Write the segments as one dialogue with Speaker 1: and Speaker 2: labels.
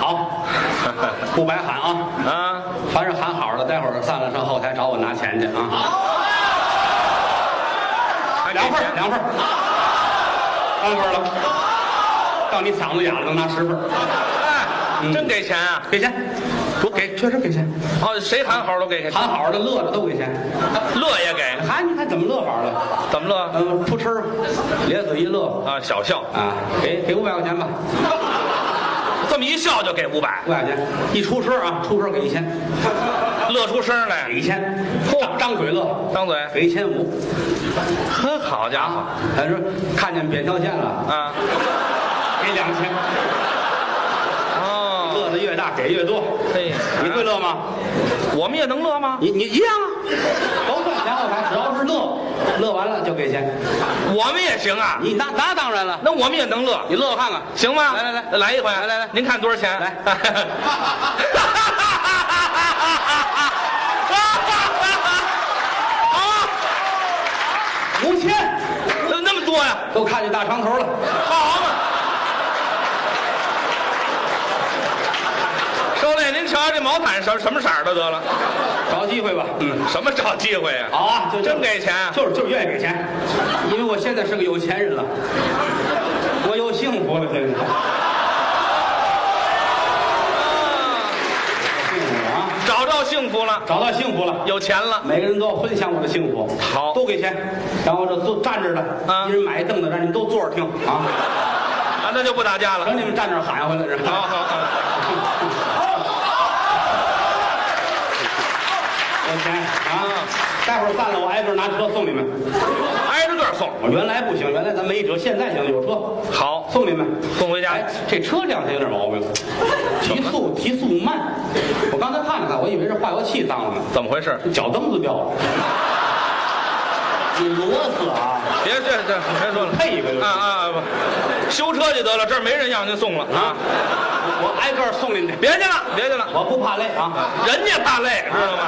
Speaker 1: 啊 不白喊啊！
Speaker 2: 啊，
Speaker 1: 凡是喊好的，待会儿散了上后台找我拿钱去啊！
Speaker 2: 还
Speaker 1: 两份
Speaker 2: 给
Speaker 1: 儿
Speaker 2: 钱
Speaker 1: 两份儿三份儿了，到你嗓子哑了能拿十份儿
Speaker 2: 哎，真给钱啊！
Speaker 1: 给钱，我给，确实给钱。
Speaker 2: 哦，谁喊好都给钱，
Speaker 1: 喊好的、乐的都给钱。
Speaker 2: 乐也给，
Speaker 1: 喊你看怎么乐法了？
Speaker 2: 怎么乐
Speaker 1: 嗯，扑哧儿，咧嘴一乐
Speaker 2: 啊？小笑，
Speaker 1: 啊，给给五百块钱吧，
Speaker 2: 这么一笑就给五百
Speaker 1: 五，百块钱一出声啊，出声给一千，
Speaker 2: 乐出声来
Speaker 1: 给，一千，嚯，张嘴乐，
Speaker 2: 张嘴，
Speaker 1: 给一千五。
Speaker 2: 很好家伙
Speaker 1: 他说看见扁条线了，
Speaker 2: 啊！
Speaker 1: 给两千，
Speaker 2: 哦，
Speaker 1: 乐的越大给越多。
Speaker 2: 嘿，
Speaker 1: 你会乐吗？
Speaker 2: 我们也能乐吗？
Speaker 1: 你你一样啊，甭管前后台，只要是乐，乐完了就给钱。
Speaker 2: 我们也行啊，
Speaker 1: 你那那当然了，
Speaker 2: 那我们也能乐，
Speaker 1: 你乐看看，
Speaker 2: 行吗？
Speaker 1: 来来来
Speaker 2: 来一回，
Speaker 1: 来来来
Speaker 2: 您看多少钱？啊
Speaker 1: 来啊五千，
Speaker 2: 那那么多呀？
Speaker 1: 都看见大长头了。
Speaker 2: 好嘛！受累，您瞧瞧这毛毯什什么色儿的得了？
Speaker 1: 找机会吧。嗯，
Speaker 2: 什么找机会呀、
Speaker 1: 好啊，就
Speaker 2: 真给钱
Speaker 1: 就是就是愿意给钱，因为我现在是个有钱人了，我有幸福了，现在幸福了啊，
Speaker 2: 找着幸福了，
Speaker 1: 找到幸福了。
Speaker 2: 有钱了，
Speaker 1: 每个人都要分享我的幸福，
Speaker 2: 好
Speaker 1: 都给钱，然后这坐站着的，
Speaker 2: 啊
Speaker 1: 一人买一凳子，让你们都坐着听啊，
Speaker 2: 啊，那就不打架了。
Speaker 1: 等你们站那儿喊回来是
Speaker 2: 好
Speaker 1: 吧？
Speaker 2: 好好，
Speaker 1: 有钱啊！待会儿散了，我挨个拿车送你们。
Speaker 2: 挨着个儿送。
Speaker 1: 我原来不行，原来咱没辙，现在行，有车
Speaker 2: 好，
Speaker 1: 送你们。
Speaker 2: 送回家
Speaker 1: 哎。，这车辆它有点毛病，提速提速慢。我刚才看了看，我以为是化油器脏了呢，
Speaker 2: 怎么回事？
Speaker 1: 这脚蹬子掉了。你螺丝啊！
Speaker 2: 别这这别说了，
Speaker 1: 配一个就行
Speaker 2: 啊啊不，修车去得了，这儿没人要您送了啊！
Speaker 1: 我我挨个送您去，
Speaker 2: 别去了，别去了，
Speaker 1: 我不怕累啊！
Speaker 2: 人家怕累，知道吗？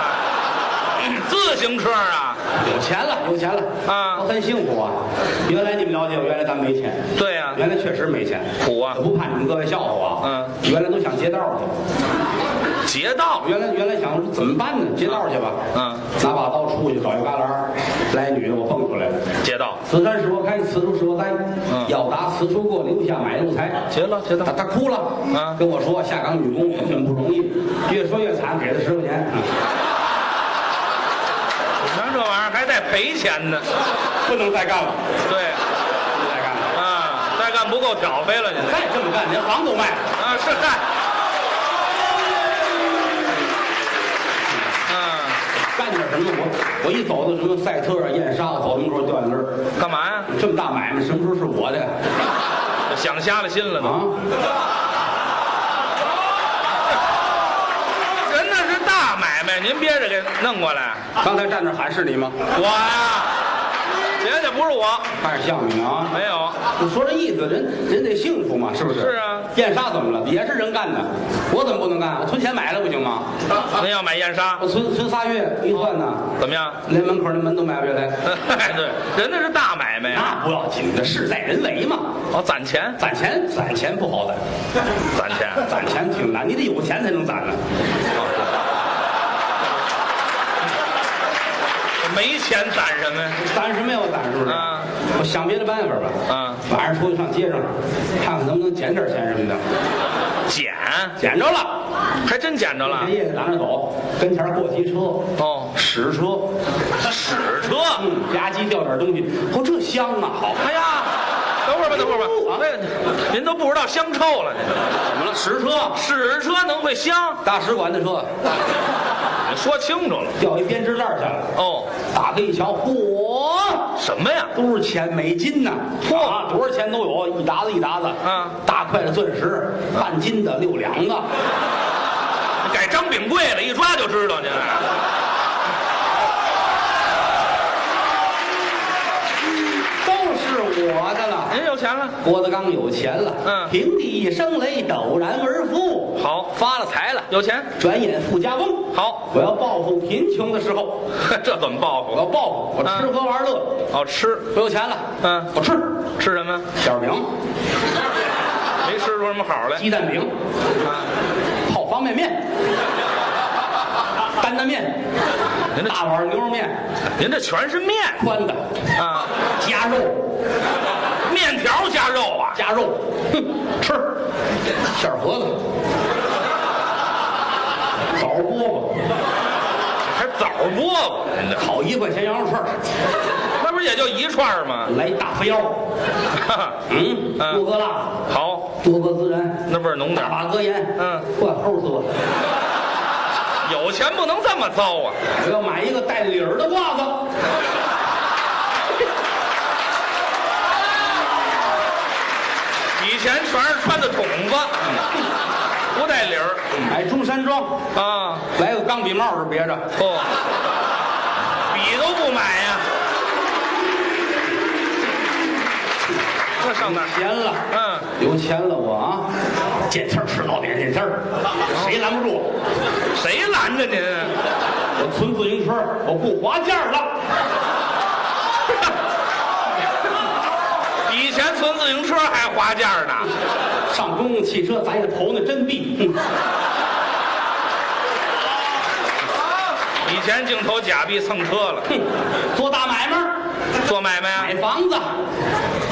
Speaker 2: 自行车啊，
Speaker 1: 有钱了，有钱了
Speaker 2: 啊
Speaker 1: 我很幸福啊！原来你们了解我，原来咱没钱，
Speaker 2: 对呀、
Speaker 1: 原来确实没钱，
Speaker 2: 啊苦啊
Speaker 1: 我不怕你们各位笑话啊！嗯，原来都想劫道去，
Speaker 2: 劫道
Speaker 1: 原来原来想怎么办呢？劫道去吧，
Speaker 2: 嗯，
Speaker 1: 拿把刀出去找一旮旯儿，来女的我蹦出来了。
Speaker 2: 劫道，
Speaker 1: 此山是我开，此树是我栽。
Speaker 2: 嗯
Speaker 1: 要答此处过，留下买路财。
Speaker 2: 劫了劫
Speaker 1: 他他哭了，
Speaker 2: 啊
Speaker 1: 跟我说下岗女工很不容易，越说越惨，给他十块钱。啊
Speaker 2: 你瞧这玩意儿还带赔钱呢，
Speaker 1: 不能再干了，
Speaker 2: 对
Speaker 1: 不能再干了。
Speaker 2: 啊，再干不够挑费了，你
Speaker 1: 再这么干，连房都卖了。
Speaker 2: 啊是干，啊
Speaker 1: 干点什么？我我一走到什么赛特啊、燕莎，我走门口掉眼泪儿。
Speaker 2: 干嘛呀？
Speaker 1: 这么大买卖，什么时候是我的呀？
Speaker 2: 想瞎了心了都，
Speaker 1: 啊，
Speaker 2: 人那是大买卖，您憋着给弄过来，
Speaker 1: 刚才站那儿喊是你吗？
Speaker 2: 我呀，绝对不是我，
Speaker 1: 看着像你呢啊。
Speaker 2: 没有，
Speaker 1: 你说这意思，人人得幸福嘛，是不是？
Speaker 2: 是啊
Speaker 1: 燕莎怎么了？也是人干的，我怎么不能干？啊我存钱买了不行吗？
Speaker 2: 您要买燕莎
Speaker 1: 我存存仨月一算呢，
Speaker 2: 怎么样？ 哎
Speaker 1: 连门口那门都买不下来。
Speaker 2: 对，人那是大买卖啊，
Speaker 1: 那不要紧的，事在人为嘛。
Speaker 2: 哦，攒钱，
Speaker 1: 攒钱攒钱不好攒，
Speaker 2: 攒钱，
Speaker 1: 攒钱挺难，你得有钱才能攒呢。
Speaker 2: 没钱攒什么呀？
Speaker 1: 攒什么呀？我攒是不是？
Speaker 2: 啊
Speaker 1: 我想别的办法吧。
Speaker 2: 啊
Speaker 1: 晚上出去上街上，看看能不能捡点钱什么的。
Speaker 2: 捡，
Speaker 1: 捡着了，
Speaker 2: 还真捡着了
Speaker 1: 连。夜拿着走，跟前儿过街车，
Speaker 2: 哦，
Speaker 1: 屎车，
Speaker 2: 屎车。
Speaker 1: 嗯，吧唧掉点东西，哦，这香啊，好。
Speaker 2: 哎呀，等会儿吧，等会儿吧。哎，您都不知道香臭了，您
Speaker 1: 怎么了？实车，
Speaker 2: 屎车能会香？
Speaker 1: 大使馆的车
Speaker 2: 你说清楚了。
Speaker 1: 掉一编织袋儿下来，
Speaker 2: 哦，
Speaker 1: 打开一瞧，嚯，
Speaker 2: 什么呀？
Speaker 1: 都是钱，美金呐！嚯、啊，嗯多少钱都有，一沓子一沓子。
Speaker 2: 啊，
Speaker 1: 大块的钻石，半斤的，六两啊的，
Speaker 2: 改张炳贵了，一抓就知道您了。
Speaker 1: 都是我的了。
Speaker 2: 您有钱了？
Speaker 1: 郭德纲有钱了，
Speaker 2: 嗯
Speaker 1: 平地一声雷，陡然而富，
Speaker 2: 好，
Speaker 1: 发了财了。
Speaker 2: 有钱。
Speaker 1: 转眼富家翁，
Speaker 2: 好，
Speaker 1: 我要报复贫穷的时候，
Speaker 2: 这怎么报
Speaker 1: 我
Speaker 2: 复？
Speaker 1: 要报复，我吃
Speaker 2: 嗯
Speaker 1: 喝玩乐，
Speaker 2: 哦，吃，
Speaker 1: 我有钱了，
Speaker 2: 嗯
Speaker 1: 我吃
Speaker 2: 吃什么？
Speaker 1: 馅饼、
Speaker 2: 没吃出什么好来。
Speaker 1: 鸡蛋饼、
Speaker 2: 啊，
Speaker 1: 泡泡方便面、担担面、
Speaker 2: 您这
Speaker 1: 大碗牛肉面，
Speaker 2: 您这全是面
Speaker 1: 宽的
Speaker 2: 啊，
Speaker 1: 夹肉
Speaker 2: 面条加肉啊，
Speaker 1: 夹肉，哼，吃馅儿盒子、枣饽
Speaker 2: 还枣饽饽，您
Speaker 1: 饽，烤一块钱羊肉串儿，
Speaker 2: 这那不是也就一串儿吗？
Speaker 1: 来一大肥腰，
Speaker 2: 哈哈
Speaker 1: 嗯，
Speaker 2: 嗯
Speaker 1: 多搁辣，
Speaker 2: 好，
Speaker 1: 多搁孜然，
Speaker 2: 那味儿浓点
Speaker 1: 大把
Speaker 2: 儿，
Speaker 1: 搁盐，
Speaker 2: 嗯，
Speaker 1: 快齁死我了！
Speaker 2: 有钱不能这么糟啊！
Speaker 1: 我要买一个带理儿的褂子，
Speaker 2: 以前全是穿的筒子，嗯不带领儿
Speaker 1: 买中山装，
Speaker 2: 啊，哦
Speaker 1: 来个钢笔帽是别着，
Speaker 2: 不，笔都不买啊呀、这上哪儿？
Speaker 1: 闲了，
Speaker 2: 嗯，
Speaker 1: 有钱了我啊，见刺儿吃老点见刺儿，谁拦不住我？
Speaker 2: 谁拦着您？啊
Speaker 1: 我存自行车，我不划价了，
Speaker 2: 以前存自行车还划价呢，
Speaker 1: 上公共汽车咱也投那真币，哼
Speaker 2: 以前净投假币蹭车了，
Speaker 1: 哼，做大买卖，
Speaker 2: 做买卖
Speaker 1: 买
Speaker 2: 啊？
Speaker 1: 房子，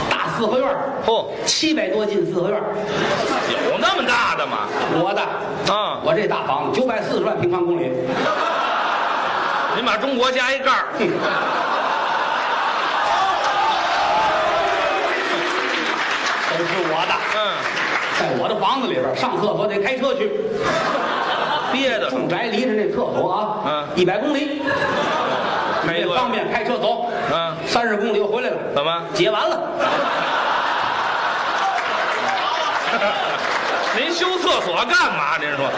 Speaker 1: 大四合院儿，
Speaker 2: 嚯、
Speaker 1: 七百多进四合院儿，
Speaker 2: 有那么大的吗？
Speaker 1: 我的，
Speaker 2: 啊
Speaker 1: 我这大房子九百四十万平方公里，
Speaker 2: 您把中国加一盖儿，
Speaker 1: 哼，都是我的。
Speaker 2: 嗯，
Speaker 1: 在我的房子里边上厕所得开车去，
Speaker 2: 憋的
Speaker 1: 住宅离着那厕所啊，
Speaker 2: 嗯
Speaker 1: 一百公里，
Speaker 2: 开
Speaker 1: 这
Speaker 2: 多
Speaker 1: 方便开车走，
Speaker 2: 嗯
Speaker 1: 三十公里又回来了，
Speaker 2: 怎么？
Speaker 1: 解完了，
Speaker 2: 您修厕所干嘛？您说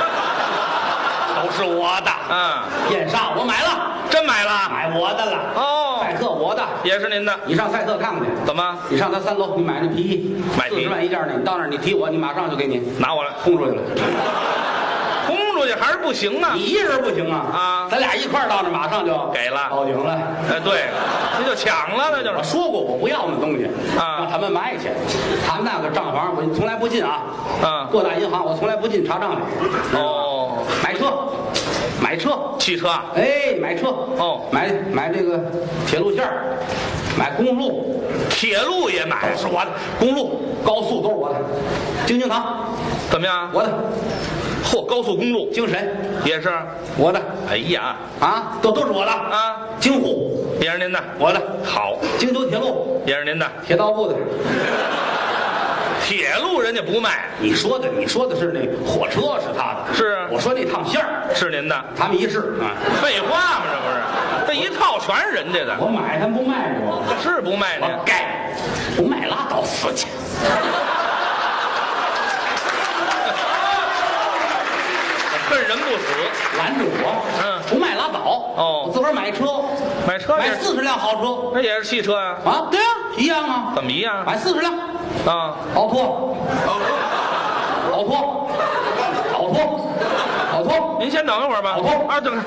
Speaker 1: 都是我的，
Speaker 2: 啊？
Speaker 1: 燕莎我买了，
Speaker 2: 真买了？
Speaker 1: 买我的了，
Speaker 2: 哦
Speaker 1: 赛特我的，
Speaker 2: 也是您的？
Speaker 1: 你上赛特看看去。
Speaker 2: 怎么
Speaker 1: 你上他三楼，你买那皮衣，
Speaker 2: 买
Speaker 1: 四
Speaker 2: 皮衣
Speaker 1: 十万一件儿的，你到那儿你提我，你马上就给你
Speaker 2: 拿我来？
Speaker 1: 轰出去了。
Speaker 2: 轰出去还是不行啊
Speaker 1: 你？一人不行啊
Speaker 2: 啊
Speaker 1: 咱俩一块儿到那儿，马上就
Speaker 2: 给了
Speaker 1: 报警了。
Speaker 2: 哎，对，那就抢了，那就
Speaker 1: 我
Speaker 2: 是。
Speaker 1: 说过我不要那东西，
Speaker 2: 啊
Speaker 1: 让他们卖去。他们那个账房我从来不进啊，
Speaker 2: 啊
Speaker 1: 各大银行我从来不进查账去。
Speaker 2: 哦，
Speaker 1: 买车，买车，
Speaker 2: 汽车啊，
Speaker 1: 哎，买车
Speaker 2: 哦
Speaker 1: 买买这个铁路线儿买公路，
Speaker 2: 铁路也买
Speaker 1: 都，是我的，公路、高速都是我的，京津唐
Speaker 2: 怎么样？
Speaker 1: 我的，
Speaker 2: 嚯，高速公路
Speaker 1: 京沈
Speaker 2: 也是。
Speaker 1: 我的，
Speaker 2: 哎呀，
Speaker 1: 啊，都都是我的啊，
Speaker 2: 啊，
Speaker 1: 京沪
Speaker 2: 也是您的，
Speaker 1: 我的，
Speaker 2: 好，
Speaker 1: 京九铁路
Speaker 2: 也是您的。
Speaker 1: 铁道部的。
Speaker 2: 铁路人家不卖，
Speaker 1: 你说的，你说的是那火车是他的，
Speaker 2: 是啊
Speaker 1: 我说那趟线儿
Speaker 2: 是您的。
Speaker 1: 他们一试啊，
Speaker 2: 废话嘛，这不是？这一套全是人家的，
Speaker 1: 我买他们不卖我，
Speaker 2: 是不卖您？
Speaker 1: 我该不卖拉倒死去。
Speaker 2: 恨人不死，
Speaker 1: 拦着我，
Speaker 2: 嗯
Speaker 1: 不卖拉倒。
Speaker 2: 哦
Speaker 1: 我自个儿买车，
Speaker 2: 买车也
Speaker 1: 买
Speaker 2: 是
Speaker 1: 四十辆豪车
Speaker 2: 那也是汽车呀、
Speaker 1: 啊，对啊，一样啊，
Speaker 2: 怎么一样啊？
Speaker 1: 买四十辆，
Speaker 2: 啊，
Speaker 1: 老托，老托，老托，老托，
Speaker 2: 您先等一会儿吧。
Speaker 1: 奥拓
Speaker 2: 啊，等会儿，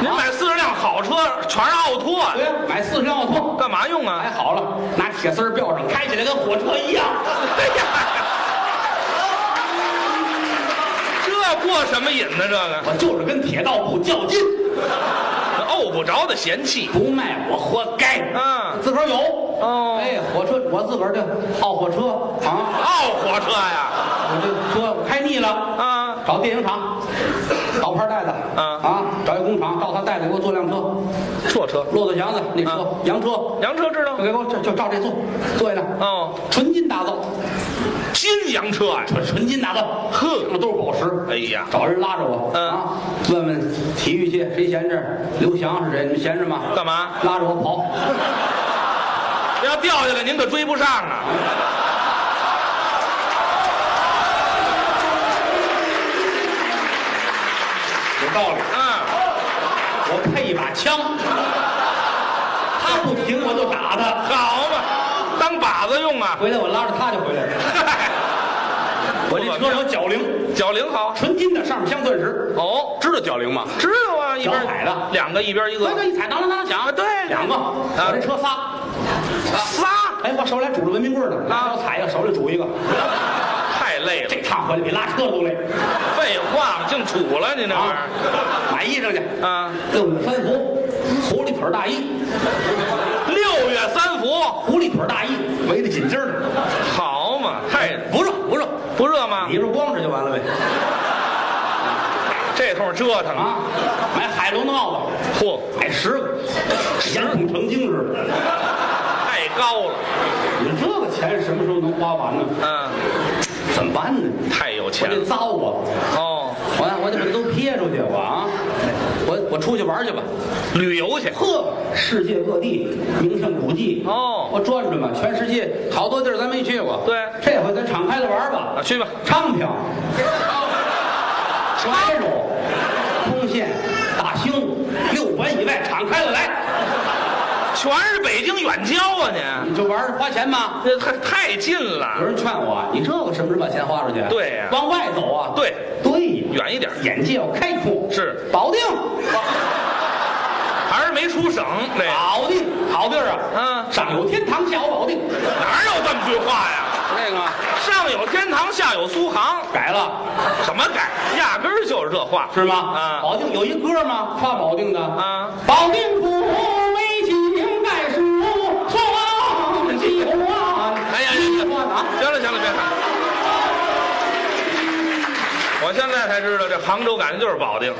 Speaker 2: 您买四十辆好车，全是奥拓，
Speaker 1: 对啊，买四十辆奥托，
Speaker 2: 干嘛用
Speaker 1: 买
Speaker 2: 啊？
Speaker 1: 好了，拿铁丝儿吊上，开起来跟火车一样。
Speaker 2: 哎呀， 这过什么瘾呢？这个
Speaker 1: 我就是跟铁道部较劲，
Speaker 2: 这怄哦不着的嫌弃。
Speaker 1: 不卖我活该。
Speaker 2: 嗯
Speaker 1: 自个儿有
Speaker 2: 哦
Speaker 1: 哎，火车我自个儿这奥火车啊。
Speaker 2: 奥哦火车呀，
Speaker 1: 我这车开腻了，
Speaker 2: 啊，
Speaker 1: 找电影 厂，找牌带子，
Speaker 2: 啊
Speaker 1: 找一工厂，到他带子给我做辆车，
Speaker 2: 这车，
Speaker 1: 骆驼祥子那车
Speaker 2: 啊，
Speaker 1: 洋车，
Speaker 2: 洋车知道
Speaker 1: 就？给我这就照这做，做一辆，
Speaker 2: 哦，
Speaker 1: 纯金打造，
Speaker 2: 新洋车呀，
Speaker 1: 纯纯金打造，
Speaker 2: 呵
Speaker 1: 那都是宝石。
Speaker 2: 哎呀
Speaker 1: 找人拉着我，
Speaker 2: 嗯
Speaker 1: 啊，问问体育界谁闲着，刘翔是谁？你们闲着吗？
Speaker 2: 干嘛？
Speaker 1: 拉着我跑，
Speaker 2: 要掉下来您可追不上啊！
Speaker 1: 有道理。
Speaker 2: 啊，
Speaker 1: 我配一把枪，他不停我就打他，
Speaker 2: 好嘛，当靶子用啊！
Speaker 1: 回来我拉着他就回来了。 我这车有脚铃，
Speaker 2: 脚铃好
Speaker 1: 纯金的，上面镶钻石。
Speaker 2: 哦，
Speaker 1: 知道脚铃吗？
Speaker 2: 知道啊，一边
Speaker 1: 脚踩的
Speaker 2: 两个一边一
Speaker 1: 对
Speaker 2: 个，啊
Speaker 1: 对，一踩当啷当啷响。
Speaker 2: 对
Speaker 1: 两个。我这车仨。
Speaker 2: 仨
Speaker 1: 哎，我手里还拄着文明棍呢，拿脚踩一个，手里拄一个。
Speaker 2: 太累了
Speaker 1: 这。趟回来比拉车都累。
Speaker 2: 废话嘛，净杵了你那玩意
Speaker 1: 啊，买衣裳去，
Speaker 2: 儿啊！
Speaker 1: 六里三伏，狐狸腿儿大衣，
Speaker 2: 六月三伏，
Speaker 1: 狐狸腿儿大衣围得紧紧儿的，
Speaker 2: 好嘛，太
Speaker 1: 不热不热，
Speaker 2: 不热吗
Speaker 1: 你？说光着就完了呗。
Speaker 2: 这通折腾啊！
Speaker 1: 啊，买海龙闹吧，
Speaker 2: 嚯，
Speaker 1: 买十个，眼孔成精似的。
Speaker 2: 太高了，
Speaker 1: 你们这个钱什么时候能花完呢？
Speaker 2: 嗯，
Speaker 1: 怎么办呢？
Speaker 2: 太有
Speaker 1: 我
Speaker 2: 钱
Speaker 1: 得
Speaker 2: 了
Speaker 1: 糟啊！
Speaker 2: 哦，
Speaker 1: 我呀我得把它都撇出去，我啊，我我出去玩去吧。
Speaker 2: 旅游去，
Speaker 1: 呵，世界各地名胜古迹
Speaker 2: 哦
Speaker 1: 我转转吧，全世界好多地儿咱没去过。
Speaker 2: 对
Speaker 1: 这回咱敞开了玩
Speaker 2: 啊，
Speaker 1: 吧。
Speaker 2: 去吧，哦
Speaker 1: 昌平、怀柔、通县、大兴六环以外敞开了来，
Speaker 2: 全是北京远郊啊你，
Speaker 1: 你就玩儿花钱吗？
Speaker 2: 这太太近
Speaker 1: 有
Speaker 2: 了，
Speaker 1: 人劝我啊，你这个什么时候把钱花出去？啊
Speaker 2: 对呀
Speaker 1: 往外走啊。
Speaker 2: 对
Speaker 1: 对，
Speaker 2: 远一点，
Speaker 1: 眼界要开阔。
Speaker 2: 是
Speaker 1: 保定，
Speaker 2: 还是没出省这
Speaker 1: 保定好地儿啊。
Speaker 2: 嗯
Speaker 1: 上有天堂，下有保定，
Speaker 2: 哪有这么句话呀？
Speaker 1: 那个
Speaker 2: 上有天堂，下有苏杭，
Speaker 1: 改了。
Speaker 2: 什么改？压根儿就是这话，
Speaker 1: 是吗？
Speaker 2: 啊
Speaker 1: 保定有一歌吗？夸保定的
Speaker 2: 啊
Speaker 1: 保定府为京盖世无双几万。
Speaker 2: 哎呀
Speaker 1: 一万啊！
Speaker 2: 行了行了，别喊。我现在才知道，这杭州赶的就是保定，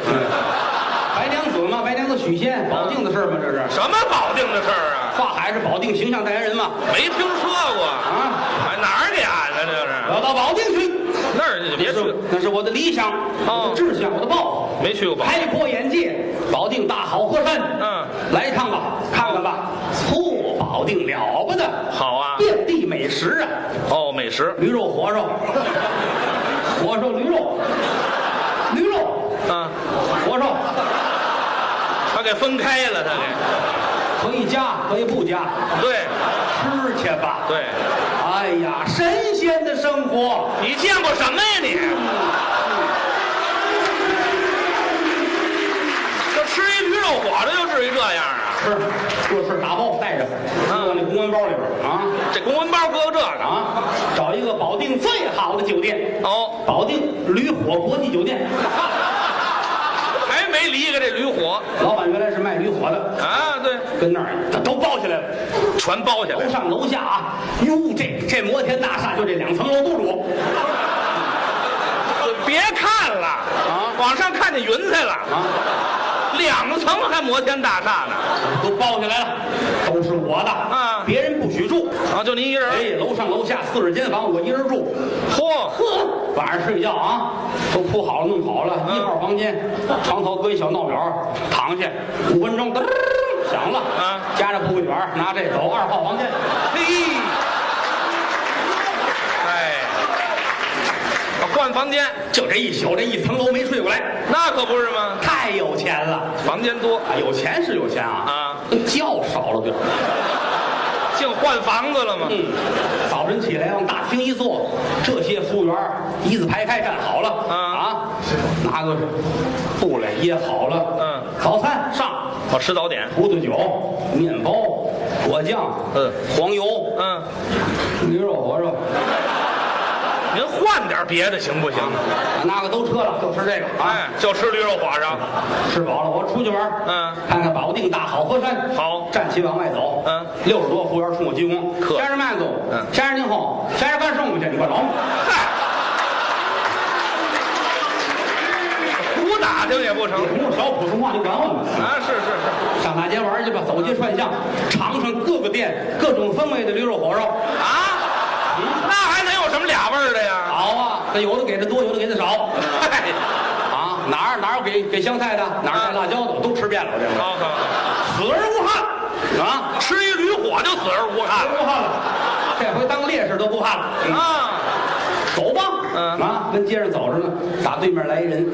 Speaker 1: 白娘子嘛，白娘子许仙，保定的事儿吗？这是
Speaker 2: 什么保定的事儿啊？
Speaker 1: 跨海是保定形象代言人嘛？
Speaker 2: 没听说过，
Speaker 1: 啊，
Speaker 2: 哎哪儿给俺的这
Speaker 1: 我
Speaker 2: 是？
Speaker 1: 要到保定去，
Speaker 2: 那儿你就别去
Speaker 1: 是
Speaker 2: 了，
Speaker 1: 那是我的理想，我的志向，我的抱负。
Speaker 2: 没去过保定。
Speaker 1: 开阔眼界，保定大好河山。
Speaker 2: 嗯，
Speaker 1: 来一趟吧，看看吧。嚯，保定了不得，
Speaker 2: 好啊，
Speaker 1: 遍地美食啊！
Speaker 2: 哦，美食，
Speaker 1: 驴肉活肉，活肉驴肉，驴肉
Speaker 2: 啊，
Speaker 1: 活肉，
Speaker 2: 他给分开了，他
Speaker 1: 可以加可以不加，
Speaker 2: 给，对
Speaker 1: 吃去吧。
Speaker 2: 对，
Speaker 1: 哎呀，神仙的生活，
Speaker 2: 你见过什么呀你？就吃一驴肉火的，就至于这样啊？
Speaker 1: 吃做事打包带着，
Speaker 2: 嗯
Speaker 1: 搁那公文包里边啊
Speaker 2: 这公文包搁个这个，
Speaker 1: 啊，找一个保定最好的酒店，
Speaker 2: 哦，
Speaker 1: 保定驴火国际酒店。
Speaker 2: 还没离开这驴火
Speaker 1: 老板原来是卖驴火的，
Speaker 2: 啊？对，
Speaker 1: 跟那儿都包起来了，
Speaker 2: 全包下
Speaker 1: 楼
Speaker 2: 来，
Speaker 1: 上楼下啊，哟，这这摩天大厦就这两层楼都是我。
Speaker 2: 别看了啊，往上看见云彩了。
Speaker 1: 啊
Speaker 2: 两层还摩天大厦呢，
Speaker 1: 都包下来了，都是我的
Speaker 2: 啊
Speaker 1: 别人不许住。
Speaker 2: 啊，就您一人儿，
Speaker 1: 哎，楼上楼下四十间房，我一人住。
Speaker 2: 嚯，
Speaker 1: 呵， 晚上睡觉啊，都铺好了弄好了，
Speaker 2: 嗯
Speaker 1: 一号房间，床头搁一小闹表，躺下五分钟，噔响了
Speaker 2: 啊
Speaker 1: 夹着铺位卷儿拿这走二号房间，
Speaker 2: 嘿，哎，啊换房间，
Speaker 1: 就这一宿这一层楼没睡过来，
Speaker 2: 那可不是吗？
Speaker 1: 太有钱了。
Speaker 2: 房间多，
Speaker 1: 啊，有钱是有钱啊，啊，觉少了点儿。
Speaker 2: 净换房子了吗？
Speaker 1: 嗯，早晨起来往大厅一坐，这些服务员儿一字排开站好了
Speaker 2: 啊
Speaker 1: 拿个布来掖好了，
Speaker 2: 嗯，
Speaker 1: 早餐上
Speaker 2: 我吃早点，
Speaker 1: 葡萄酒、面包、果酱，
Speaker 2: 嗯，
Speaker 1: 黄油，
Speaker 2: 嗯，
Speaker 1: 驴肉火烧，
Speaker 2: 您换点别的行不行？
Speaker 1: 啊那个都撤了，就吃这个啊，
Speaker 2: 哎，就吃驴肉火烧，
Speaker 1: 吃饱了我出去玩儿
Speaker 2: 嗯，
Speaker 1: 看看保定大好河山，
Speaker 2: 好
Speaker 1: 站起往外走，
Speaker 2: 嗯，
Speaker 1: 六十多服务员冲我鞠躬，
Speaker 2: 客
Speaker 1: 先生慢走，
Speaker 2: 嗯
Speaker 1: 先生您好，先生干什么去？你快走。
Speaker 2: 嗨，胡打听也不成
Speaker 1: 你跟我学普通话，你管我吗？
Speaker 2: 啊！是是是
Speaker 1: 上大街玩去吧，走街串巷，尝尝各个店各种风味的驴肉火烧。
Speaker 2: 啊，那还能有什么俩味儿的呀？
Speaker 1: 好啊，那有的给的多，有的给的少。
Speaker 2: 嗨，嗯
Speaker 1: 啊，哪儿哪儿有给给香菜的，哪儿带辣椒的，我都吃遍了。我这个
Speaker 2: 好好好。
Speaker 1: 死而无憾啊，
Speaker 2: 吃一驴火就死而无
Speaker 1: 死
Speaker 2: 憾
Speaker 1: 而无憾了。这回当烈士都不憾了。
Speaker 2: 啊！
Speaker 1: 走吧，
Speaker 2: 嗯
Speaker 1: 啊，跟街上走着呢，打对面来一人，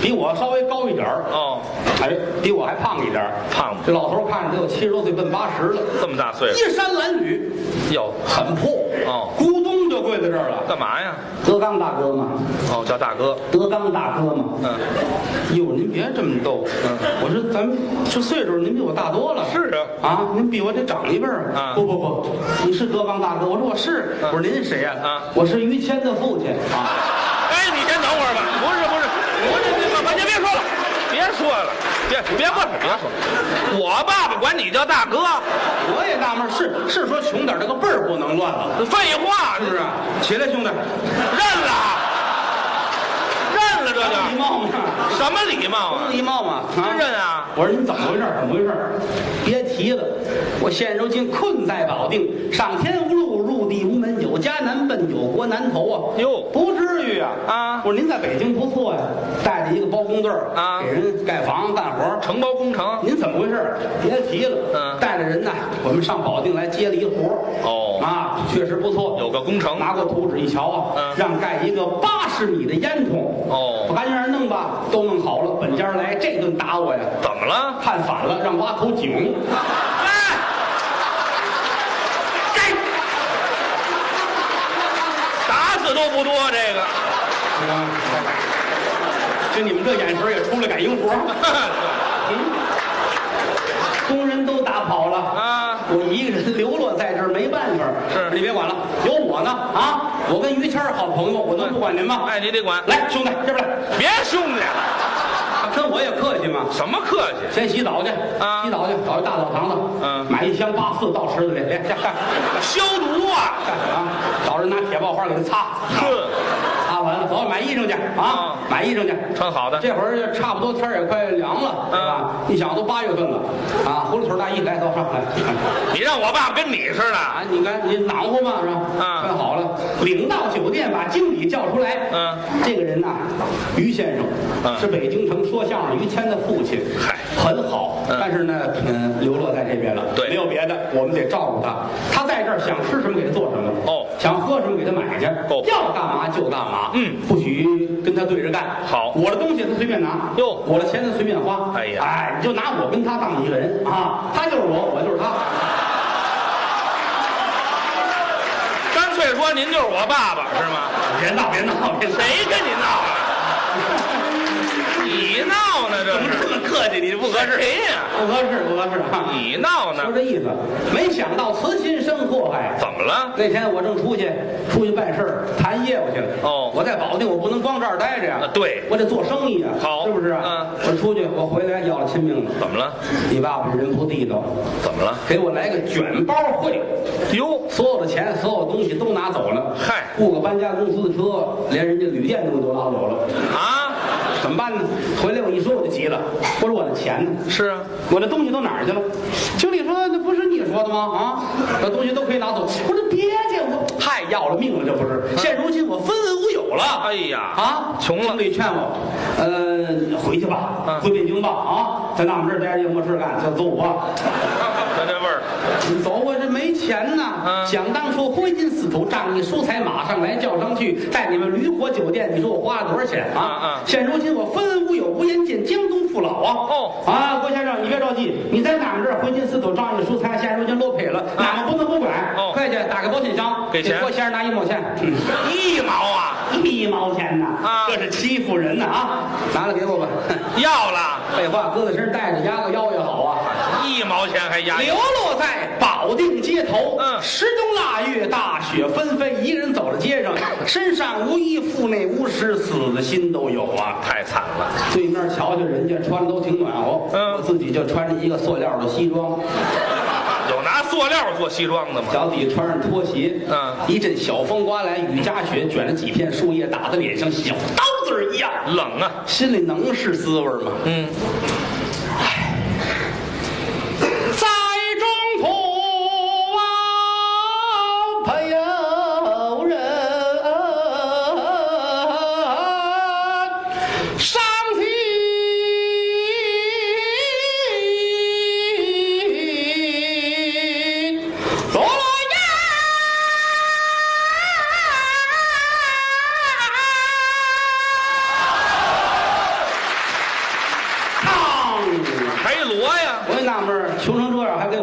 Speaker 1: 比我稍微高一点儿，
Speaker 2: 哦，
Speaker 1: 哎，比我还胖一点儿。
Speaker 2: 胖子
Speaker 1: 这老头儿看着得有七十多岁，奔八十了，
Speaker 2: 这么大岁数，
Speaker 1: 衣衫褴褛，
Speaker 2: 哟，
Speaker 1: 很破。
Speaker 2: 哦
Speaker 1: 咕咚就跪在这儿了。
Speaker 2: 干嘛呀？
Speaker 1: 德刚大哥嘛，
Speaker 2: 哦，叫大哥，
Speaker 1: 德刚大哥嘛。
Speaker 2: 嗯，
Speaker 1: 哟，您别这么逗。
Speaker 2: 嗯
Speaker 1: 我说咱们这岁数，您比我大多了。
Speaker 2: 是啊，
Speaker 1: 啊，您比我得长一辈儿
Speaker 2: 啊
Speaker 1: 不不不，你是德刚大哥，我说我是。
Speaker 2: 嗯
Speaker 1: 我说您是谁呀？
Speaker 2: 啊
Speaker 1: 我是于谦的父亲啊。
Speaker 2: 哎，你先等会儿吧，不是不是，不是你干嘛？您别说了，别说了，别别过去，别说了，我爸爸管你叫大哥，
Speaker 1: 我也纳闷儿，是是说穷点儿，这个辈儿不能乱了，
Speaker 2: 废话
Speaker 1: 是不是？啊起来，兄弟，
Speaker 2: 认了，认了这
Speaker 1: 礼
Speaker 2: 就
Speaker 1: 貌嘛，
Speaker 2: 什么礼貌啊？
Speaker 1: 礼貌嘛，啊
Speaker 2: 真认啊！
Speaker 1: 我说您怎么回事儿？怎么回事儿？别提了，我现如今困在保定，上天无路，入地无门，有家难奔，有国难投啊！
Speaker 2: 哟
Speaker 1: 不至于啊！
Speaker 2: 啊
Speaker 1: 我说您在北京不错呀，带着一个包工队儿
Speaker 2: 啊
Speaker 1: 给人盖房干活儿。
Speaker 2: 承包工程，
Speaker 1: 您怎么回事儿？别提了，
Speaker 2: 嗯
Speaker 1: 带着人呐，我们上保定来接了一活儿
Speaker 2: 哦
Speaker 1: 啊，确实不错，
Speaker 2: 有个工程
Speaker 1: 拿过图纸一瞧啊，
Speaker 2: 嗯
Speaker 1: 让盖一个八十米的烟囱。
Speaker 2: 哦
Speaker 1: 我赶紧让人弄吧，都弄好了。本家来这顿打我呀，
Speaker 2: 怎么了？
Speaker 1: 看反了，让挖口井。
Speaker 2: 哎，打死都不多这个。
Speaker 1: 就你们这眼神儿也出来赶英活儿，嗯，工人都打跑了
Speaker 2: 啊
Speaker 1: 我一个人流落在这儿没办法儿。
Speaker 2: 是
Speaker 1: 你别管了，有我呢啊！我跟于谦儿好朋友，我能不管您吗？
Speaker 2: 哎，你得管，
Speaker 1: 来，兄弟，这边来，
Speaker 2: 别兄弟，
Speaker 1: 他跟我也客气嘛。
Speaker 2: 什么客气？
Speaker 1: 先洗澡去
Speaker 2: 啊
Speaker 1: 洗澡去，找一大澡堂子，
Speaker 2: 嗯
Speaker 1: 买一箱八四倒池子里， 来来来
Speaker 2: 消毒啊！
Speaker 1: 啊，找人拿铁刨花给他擦，
Speaker 2: 哼，
Speaker 1: 擦完了，走，买衣裳去啊
Speaker 2: 啊，
Speaker 1: 买衣裳去。
Speaker 2: 穿好的。
Speaker 1: 这会儿差不多天儿也快凉
Speaker 2: 嗯
Speaker 1: 了，对吧？你想都八月份了，啊，胡了腿儿大衣来，走上来。
Speaker 2: 你让我爸爸跟你似的，
Speaker 1: 啊，你看你暖和嘛是吧？
Speaker 2: 啊
Speaker 1: 穿好了，领到酒店把经理叫出来。
Speaker 2: 嗯，
Speaker 1: 这个人呐，于先生，
Speaker 2: 嗯
Speaker 1: 是北京城说相声于谦的父亲，
Speaker 2: 嗨
Speaker 1: 很好，
Speaker 2: 嗯
Speaker 1: 但是呢，嗯，流落在这边了，
Speaker 2: 对
Speaker 1: 没有别的，我们得照顾他。他在这儿想吃什么给他做什么，
Speaker 2: 哦
Speaker 1: 想喝什么给他买去，
Speaker 2: 够
Speaker 1: 要干嘛就干嘛，
Speaker 2: 嗯
Speaker 1: 不许跟他对着干。
Speaker 2: 好
Speaker 1: 我的东西他随便拿，
Speaker 2: 哟
Speaker 1: 我的钱他随便花，
Speaker 2: 哎呀
Speaker 1: 哎，你就拿我跟他当一个人啊，他就是我，我 就是他。
Speaker 2: 干脆说您就是我爸爸是吗？
Speaker 1: 别闹，别闹，别闹！
Speaker 2: 谁跟你闹啊？你闹呢这是？
Speaker 1: 么客气？你不
Speaker 2: 合适谁呀？
Speaker 1: 不合适，不合适啊！
Speaker 2: 你闹呢
Speaker 1: 就？这意思。没想到慈心生祸害。
Speaker 2: 怎么了？
Speaker 1: 那天我正出去出去办事儿，谈业务去了。
Speaker 2: 哦
Speaker 1: 我在保定，我不能光这儿待着呀
Speaker 2: 啊。对
Speaker 1: 我得做生意啊。
Speaker 2: 好
Speaker 1: 是不是啊？
Speaker 2: 嗯
Speaker 1: 我出去，我回来要了亲命了。
Speaker 2: 怎么了？
Speaker 1: 你爸爸这人不地道，
Speaker 2: 怎么了？
Speaker 1: 给我来个卷包会，
Speaker 2: 哟，
Speaker 1: 所有的钱、所有东西都拿走了。
Speaker 2: 嗨
Speaker 1: 雇个搬家公司的车，连人家旅店都给我拉走了。
Speaker 2: 啊，
Speaker 1: 怎么办呢？回来我一说我就急了，我说我的钱呢？
Speaker 2: 是啊，
Speaker 1: 我的东西都哪儿去了？经理说那不是你说的吗？啊，把东西都可以拿走。我说别介，我太要了命了，这不是？现如今我分文无有了。
Speaker 2: 哎呀
Speaker 1: 啊，
Speaker 2: 穷了
Speaker 1: 经 理劝我，呃，回去吧，
Speaker 2: 嗯
Speaker 1: 回北京吧，啊，在我们这儿待着也没事干，就走吧。
Speaker 2: 就这味儿，
Speaker 1: 你走，我这没钱呐。
Speaker 2: 嗯
Speaker 1: 想当初挥金似土，仗义疏财，马上来叫上去，在你们驴火酒店，你说我花了多少钱啊？
Speaker 2: 嗯嗯
Speaker 1: 现如今我分文无有，无颜见江东父老啊。
Speaker 2: 哦
Speaker 1: 啊，郭先生，你别着急，你在俺们这儿挥金似土，仗义疏财，现如今落魄了，俺们不能不管。
Speaker 2: 啊哦
Speaker 1: 快去打个保险箱，
Speaker 2: 给钱
Speaker 1: 郭先生拿一毛钱。嗯
Speaker 2: 一毛啊，
Speaker 1: 一毛钱呐，
Speaker 2: 啊
Speaker 1: 这是欺负人呐啊！拿来给我吧。
Speaker 2: 要了
Speaker 1: 废话，搁在身上带着，压个腰也好啊。
Speaker 2: 一毛钱还压
Speaker 1: 流落在保定街头，
Speaker 2: 嗯
Speaker 1: 十冬腊月，大雪纷飞，一个人走在街上，身上无衣，腹内无食，死的心都有啊。
Speaker 2: 太惨了，
Speaker 1: 对面瞧瞧人家穿的都挺暖和，
Speaker 2: 嗯
Speaker 1: 我自己就穿着一个塑料的西装，
Speaker 2: 有拿塑料做西装的吗？
Speaker 1: 脚底穿上拖鞋，
Speaker 2: 嗯
Speaker 1: 一阵小风刮来，雨夹雪卷着几片树叶打在脸上，小刀子儿一样，
Speaker 2: 冷啊，
Speaker 1: 心里能是滋味吗？
Speaker 2: 嗯，
Speaker 1: 在中途啊，朋友人上去走了呀。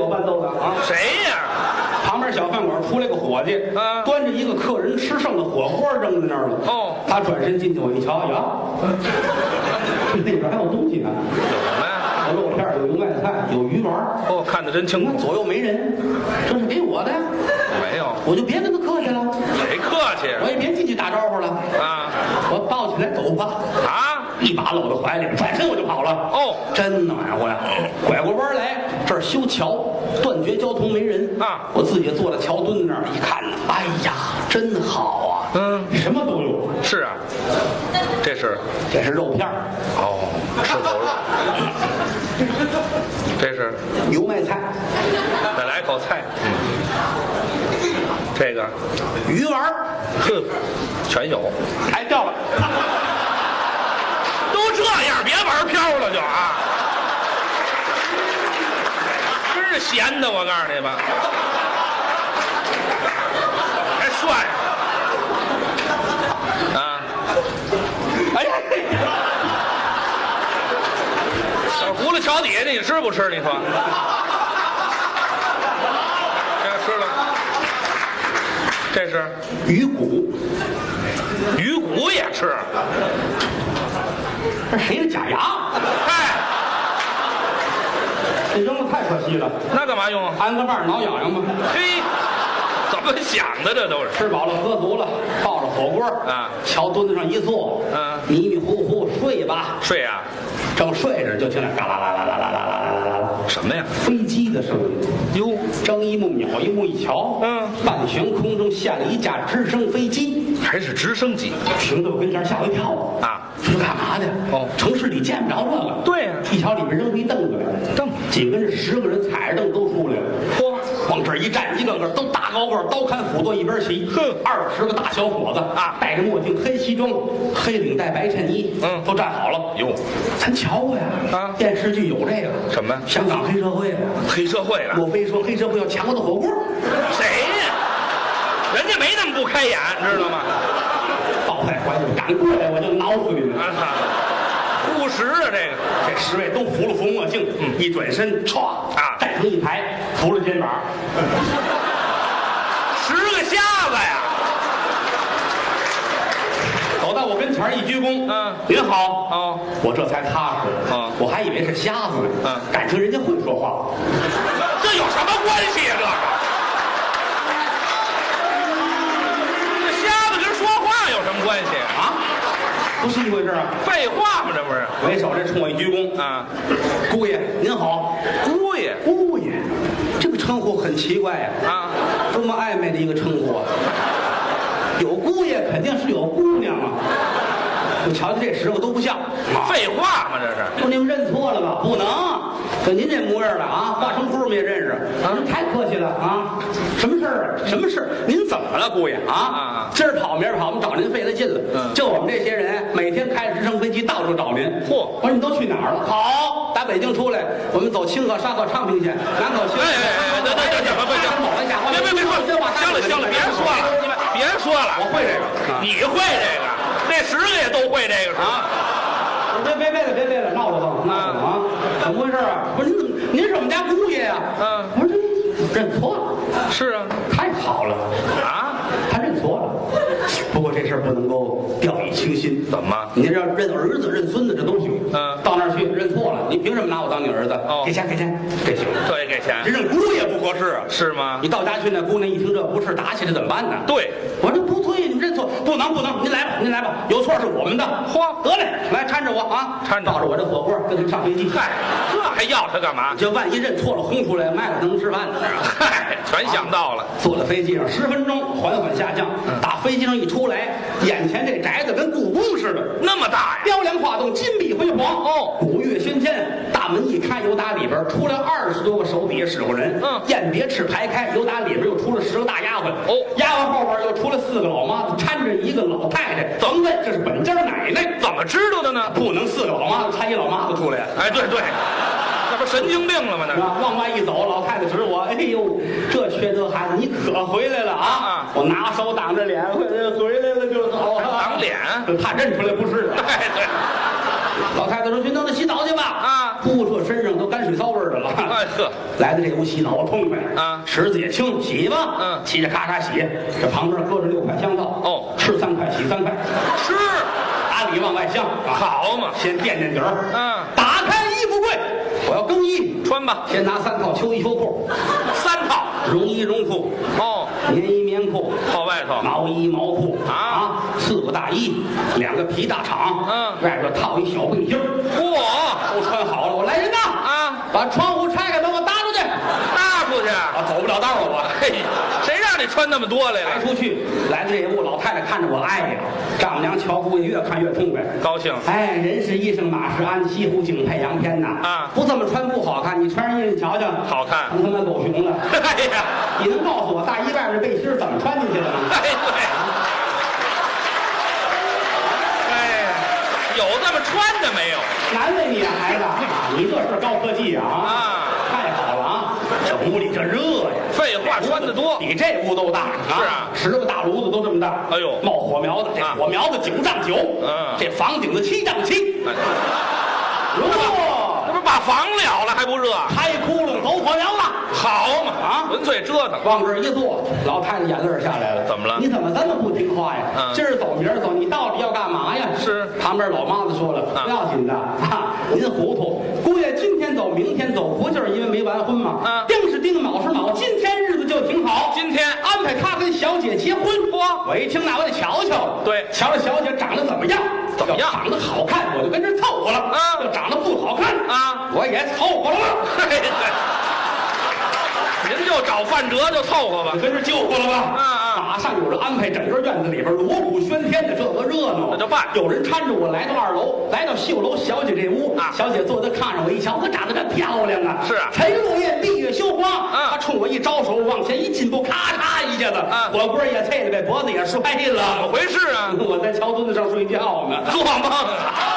Speaker 1: 乱斗的啊！
Speaker 2: 谁呀？
Speaker 1: 旁边小饭馆出来个伙计，
Speaker 2: 嗯
Speaker 1: 端着一个客人吃剩的火锅扔在那儿了。
Speaker 2: 哦
Speaker 1: 他转身进去，我一瞧，呀，那边还有东西呢，
Speaker 2: 有什么呀？
Speaker 1: 有肉片儿，有油麦菜，有鱼丸儿，
Speaker 2: 哦，看得真清
Speaker 1: 那
Speaker 2: 楚。
Speaker 1: 左右没人，这是给我的，呀，
Speaker 2: 没有，
Speaker 1: 我就别跟他客气了，
Speaker 2: 谁客气
Speaker 1: 我也别进去打招呼了，
Speaker 2: 啊？
Speaker 1: 我抱起来走吧。
Speaker 2: 啊？
Speaker 1: 一把搂到怀里，转身我就跑了。
Speaker 2: 哦
Speaker 1: 真暖和呀！拐过弯来，这儿修桥，断绝交通，没人
Speaker 2: 啊
Speaker 1: 我自己坐在桥墩子那儿一看，哎呀，真好啊！
Speaker 2: 嗯
Speaker 1: 什么都有，
Speaker 2: 是啊，这是
Speaker 1: 这是肉片儿
Speaker 2: 哦，吃狗肉。这是
Speaker 1: 油麦菜、
Speaker 2: 再来口菜，嗯，这个，
Speaker 1: 鱼丸儿，
Speaker 2: 哼，全有，
Speaker 1: 还掉了。
Speaker 2: 都这样，别玩票了就啊！真是闲的，我告诉你吧，还涮啊！
Speaker 1: 哎呀，
Speaker 2: 小轱辘桥底下，你吃不吃？你说，这吃了，这是
Speaker 1: 鱼骨，
Speaker 2: 鱼骨也吃，
Speaker 1: 这谁的假牙？
Speaker 2: 哎，
Speaker 1: 这扔了太可惜了。
Speaker 2: 那干嘛用啊？
Speaker 1: 安个棒儿挠痒痒吧，
Speaker 2: 嘿，怎么想的？这都是
Speaker 1: 吃饱了喝足了，抱着火锅儿
Speaker 2: 啊
Speaker 1: 桥墩子上一坐，
Speaker 2: 啊
Speaker 1: 迷迷糊糊睡吧。
Speaker 2: 睡啊？
Speaker 1: 正睡着，就听见嘎啦啦啦啦啦啦啦啦啦啦
Speaker 2: 什么呀？
Speaker 1: 飞机的声音。
Speaker 2: 哟，
Speaker 1: 张一木瞄一目一瞧，
Speaker 2: 嗯
Speaker 1: 半悬空中下了一架直升飞机，
Speaker 2: 还是直升机
Speaker 1: 停在我跟前儿吓我一跳
Speaker 2: 啊！
Speaker 1: 这干嘛的？
Speaker 2: 哦
Speaker 1: 城市里见不着这个。
Speaker 2: 对呀
Speaker 1: 一瞧里面扔出一凳子来，
Speaker 2: 凳
Speaker 1: 几个人十个人踩着凳都出来了。
Speaker 2: 嚯
Speaker 1: 往这儿一站，一个个都大高个儿，刀砍斧剁一边儿齐。
Speaker 2: 哼
Speaker 1: 二十个大小伙子
Speaker 2: 啊
Speaker 1: 戴着墨镜，黑西装，黑领带，白衬衣，
Speaker 2: 嗯
Speaker 1: 都站好了。
Speaker 2: 哟，
Speaker 1: 咱瞧过呀，
Speaker 2: 啊
Speaker 1: 电视剧有这个
Speaker 2: 什么
Speaker 1: 香港黑社会啊。
Speaker 2: 黑社会了？
Speaker 1: 莫非说黑社会要抢我的火锅？
Speaker 2: 谁呀？人家没那么不开眼，知道吗？
Speaker 1: 抱在怀里，敢过来我就挠死你
Speaker 2: 啊
Speaker 1: 们！，
Speaker 2: 务实啊，这个
Speaker 1: 这十位都扶了扶墨镜，一转身，歘
Speaker 2: 嗯啊嗯
Speaker 1: 站成一排，扶了肩膀。
Speaker 2: 十个瞎子呀！
Speaker 1: 走到我跟前儿一鞠躬，
Speaker 2: 嗯
Speaker 1: 您好，
Speaker 2: 哦，
Speaker 1: 我这才踏实，
Speaker 2: 啊
Speaker 1: 我还以为是瞎子呢，
Speaker 2: 嗯
Speaker 1: 感情人家会说话，
Speaker 2: 这有什么关系啊呀、这个这瞎子跟说话有什么关系啊？
Speaker 1: 不是一回事儿啊。
Speaker 2: 废话嘛，这不是
Speaker 1: 为首这冲我一鞠躬，
Speaker 2: 啊？
Speaker 1: 姑爷您好，
Speaker 2: 姑爷
Speaker 1: 姑爷，哦这个称呼很奇怪呀、
Speaker 2: 啊，
Speaker 1: 多么暧昧的一个称呼啊！有姑爷肯定是有姑娘啊！我瞧瞧这十个都不像，
Speaker 2: 废话嘛，这是
Speaker 1: 说你们认错了吧？不能，就您这模样的啊，化成夫我们也认识，您太客气了啊！什么事儿啊？什么事儿？您怎么了，姑爷啊
Speaker 2: 啊？
Speaker 1: 今儿跑明儿跑，我们找您费了劲了。
Speaker 2: 嗯
Speaker 1: 就我们这些人，每天开着直升飞机到处找您。
Speaker 2: 嚯
Speaker 1: 我说你都去哪儿了？好，打北京出来，我们走清河、沙河、昌平县，南口去。
Speaker 2: 哎哎哎，等等等等，不行，别别别说了，行了行了，别说了，你们别说了，
Speaker 1: 我会这个啊
Speaker 2: 你会这个，那十个也都会这个啊？
Speaker 1: 别别别了，别别了，闹得慌，闹得慌啊！怎么回事啊？不是您怎么，您是我们家姑爷呀、
Speaker 2: 嗯
Speaker 1: 我说这认错了，
Speaker 2: 是啊，
Speaker 1: 太好了，
Speaker 2: 啊，
Speaker 1: 他认错了。不过这事儿不能够掉以轻心。
Speaker 2: 怎么
Speaker 1: 您这要认儿子、认孙子，这都行。
Speaker 2: 嗯
Speaker 1: 到那儿去认错了，你凭什么拿我当你儿子？
Speaker 2: 哦
Speaker 1: 给钱，给钱，这行。
Speaker 2: 这也给
Speaker 1: 这
Speaker 2: 钱
Speaker 1: 认姑爷不合适啊。
Speaker 2: 是吗？
Speaker 1: 你到家去，那姑娘一听这不是，打起来怎么办呢？
Speaker 2: 对，
Speaker 1: 我说这不对，你认错，不能不能，您来吧，您来吧，有错是我们的。
Speaker 2: 嚯
Speaker 1: 得嘞，来搀着我啊，
Speaker 2: 搀着
Speaker 1: 抱着我这火锅跟他们上飞机。
Speaker 2: 嗨，这还要他干嘛？
Speaker 1: 这万一认错了，轰出来，卖了能吃饭呢。啊
Speaker 2: 嗨，全想到了，嗯
Speaker 1: 坐在飞机上十分钟，缓缓下降，打飞机上一出来，眼前这宅子跟故宫似的，
Speaker 2: 那么大呀？
Speaker 1: 雕梁画栋，金碧辉煌。
Speaker 2: 哦
Speaker 1: 古月轩天。大门一开，由打里边出来二十多个手底下使唤人。
Speaker 2: 嗯
Speaker 1: 雁别翅排开，由打里边又出了十个大丫鬟。
Speaker 2: 哦
Speaker 1: 丫鬟后边又出了四个老妈子，搀着一个老太太。甭问，这是本家奶奶，
Speaker 2: 怎么知道的呢？
Speaker 1: 不能四个老妈子搀一老妈子出来呀。
Speaker 2: 哎，对对，那不神经病了吗？那
Speaker 1: 是
Speaker 2: 是
Speaker 1: 吧往外一走，老太太指我，哎呦，这缺德孩子，你可回来了啊！
Speaker 2: 啊
Speaker 1: 我拿手挡着脸，回来了就走啊。
Speaker 2: 挡脸
Speaker 1: 怕认出来不是。啊
Speaker 2: 哎对，
Speaker 1: 老太太说：“去弄他洗澡去吧。”
Speaker 2: 啊
Speaker 1: 扑彻身上都泔水骚味儿的了。
Speaker 2: 哎呵，
Speaker 1: 来到这屋洗澡，我痛快
Speaker 2: 啊
Speaker 1: 池子也清，洗吧。
Speaker 2: 嗯
Speaker 1: 洗着咔嚓洗，这旁边搁着六块香皂。
Speaker 2: 哦
Speaker 1: 吃三块，洗三块，
Speaker 2: 吃，
Speaker 1: 打里往外香。啊，
Speaker 2: 好嘛，
Speaker 1: 先垫垫底儿。
Speaker 2: 嗯
Speaker 1: 打开衣服柜，我要更衣，
Speaker 2: 穿吧，
Speaker 1: 先拿三套秋衣秋裤，
Speaker 2: 三套，
Speaker 1: 绒衣绒裤，
Speaker 2: 哦，
Speaker 1: 棉衣棉裤，
Speaker 2: 套外头，
Speaker 1: 毛衣毛裤
Speaker 2: 啊
Speaker 1: 四个大衣，两个皮大氅，
Speaker 2: 嗯
Speaker 1: 外边套一小背心儿，
Speaker 2: 嚯，
Speaker 1: 都穿好了。我来人呐，
Speaker 2: 啊，
Speaker 1: 把窗户拆开，把我搭出去。
Speaker 2: 搭出去，
Speaker 1: 啊，走不了道了我。哎
Speaker 2: 嘿，谁让你穿那么多来
Speaker 1: 来
Speaker 2: 了？
Speaker 1: 出去，来到这屋，老太太看着我，哎呀，丈母娘瞧夫人越看越痛快。
Speaker 2: 高兴，
Speaker 1: 哎，人是衣裳，马是鞍，西湖景配洋片呐！
Speaker 2: 啊
Speaker 1: 不这么穿不好看，你穿上衣裳瞧瞧，
Speaker 2: 好看
Speaker 1: 成他妈狗熊了。
Speaker 2: 哎呀，
Speaker 1: 你能告诉我大衣外面背心儿怎么穿进去的吗？
Speaker 2: 哎对，哎呀，有这么穿的没有？
Speaker 1: 难为你啊，孩子，你这是高科技啊！
Speaker 2: 啊
Speaker 1: 太好了啊！这屋里这热呀，
Speaker 2: 废话，穿的多，
Speaker 1: 比这屋都大
Speaker 2: 是啊
Speaker 1: 十个大炉子都这么大。
Speaker 2: 哎呦
Speaker 1: 冒火苗子，这
Speaker 2: 啊
Speaker 1: 火苗子九丈九，
Speaker 2: 嗯
Speaker 1: 这房顶子七丈七，
Speaker 2: 哎
Speaker 1: 哇，
Speaker 2: 这不把房了了还不热？啊
Speaker 1: 开窟窿走火苗了。
Speaker 2: 好嘛，
Speaker 1: 啊
Speaker 2: 纯粹折腾，
Speaker 1: 往这儿一坐，老太太眼泪儿下来了。
Speaker 2: 怎么了
Speaker 1: 你怎么这么不听话呀？
Speaker 2: 嗯
Speaker 1: 今儿走明儿走，你到底要干嘛呀？
Speaker 2: 是
Speaker 1: 旁边老妈子说了，
Speaker 2: 啊
Speaker 1: 不要紧的，啊，您糊涂，姑爷今天走，明天走，不就是因为没完婚吗？
Speaker 2: 嗯
Speaker 1: 丁是丁，卯是卯，今天日子就挺好。
Speaker 2: 今天
Speaker 1: 安排他跟小姐结婚。嚯！我一听那我得瞧瞧。
Speaker 2: 哦对
Speaker 1: 瞧瞧小姐长得怎么样？
Speaker 2: 怎么样
Speaker 1: 要长得好看，我就跟这儿凑合了。
Speaker 2: 啊
Speaker 1: 要长得不好看
Speaker 2: 啊，
Speaker 1: 我也凑合了。
Speaker 2: 嘿嘿您就找范哲就凑合吧
Speaker 1: 我，跟这救过了吧？
Speaker 2: 啊啊
Speaker 1: 马上有人安排整个院子里边锣鼓喧天的，这个热闹。
Speaker 2: 那就办
Speaker 1: 有人搀着我来到二楼，来到绣楼小姐这屋
Speaker 2: 啊
Speaker 1: 小姐坐在炕上，我一瞧，呵，长得真漂亮啊！
Speaker 2: 是啊
Speaker 1: 晨露艳，闭月羞花。
Speaker 2: 嗯
Speaker 1: 她冲我一招手，往前一进步，咔嚓一下子，
Speaker 2: 啊
Speaker 1: 火锅也碎了呗，脖子也摔
Speaker 2: 怎么
Speaker 1: 了。
Speaker 2: 回事啊？
Speaker 1: 我在桥墩子上睡觉呢。
Speaker 2: 做梦啊！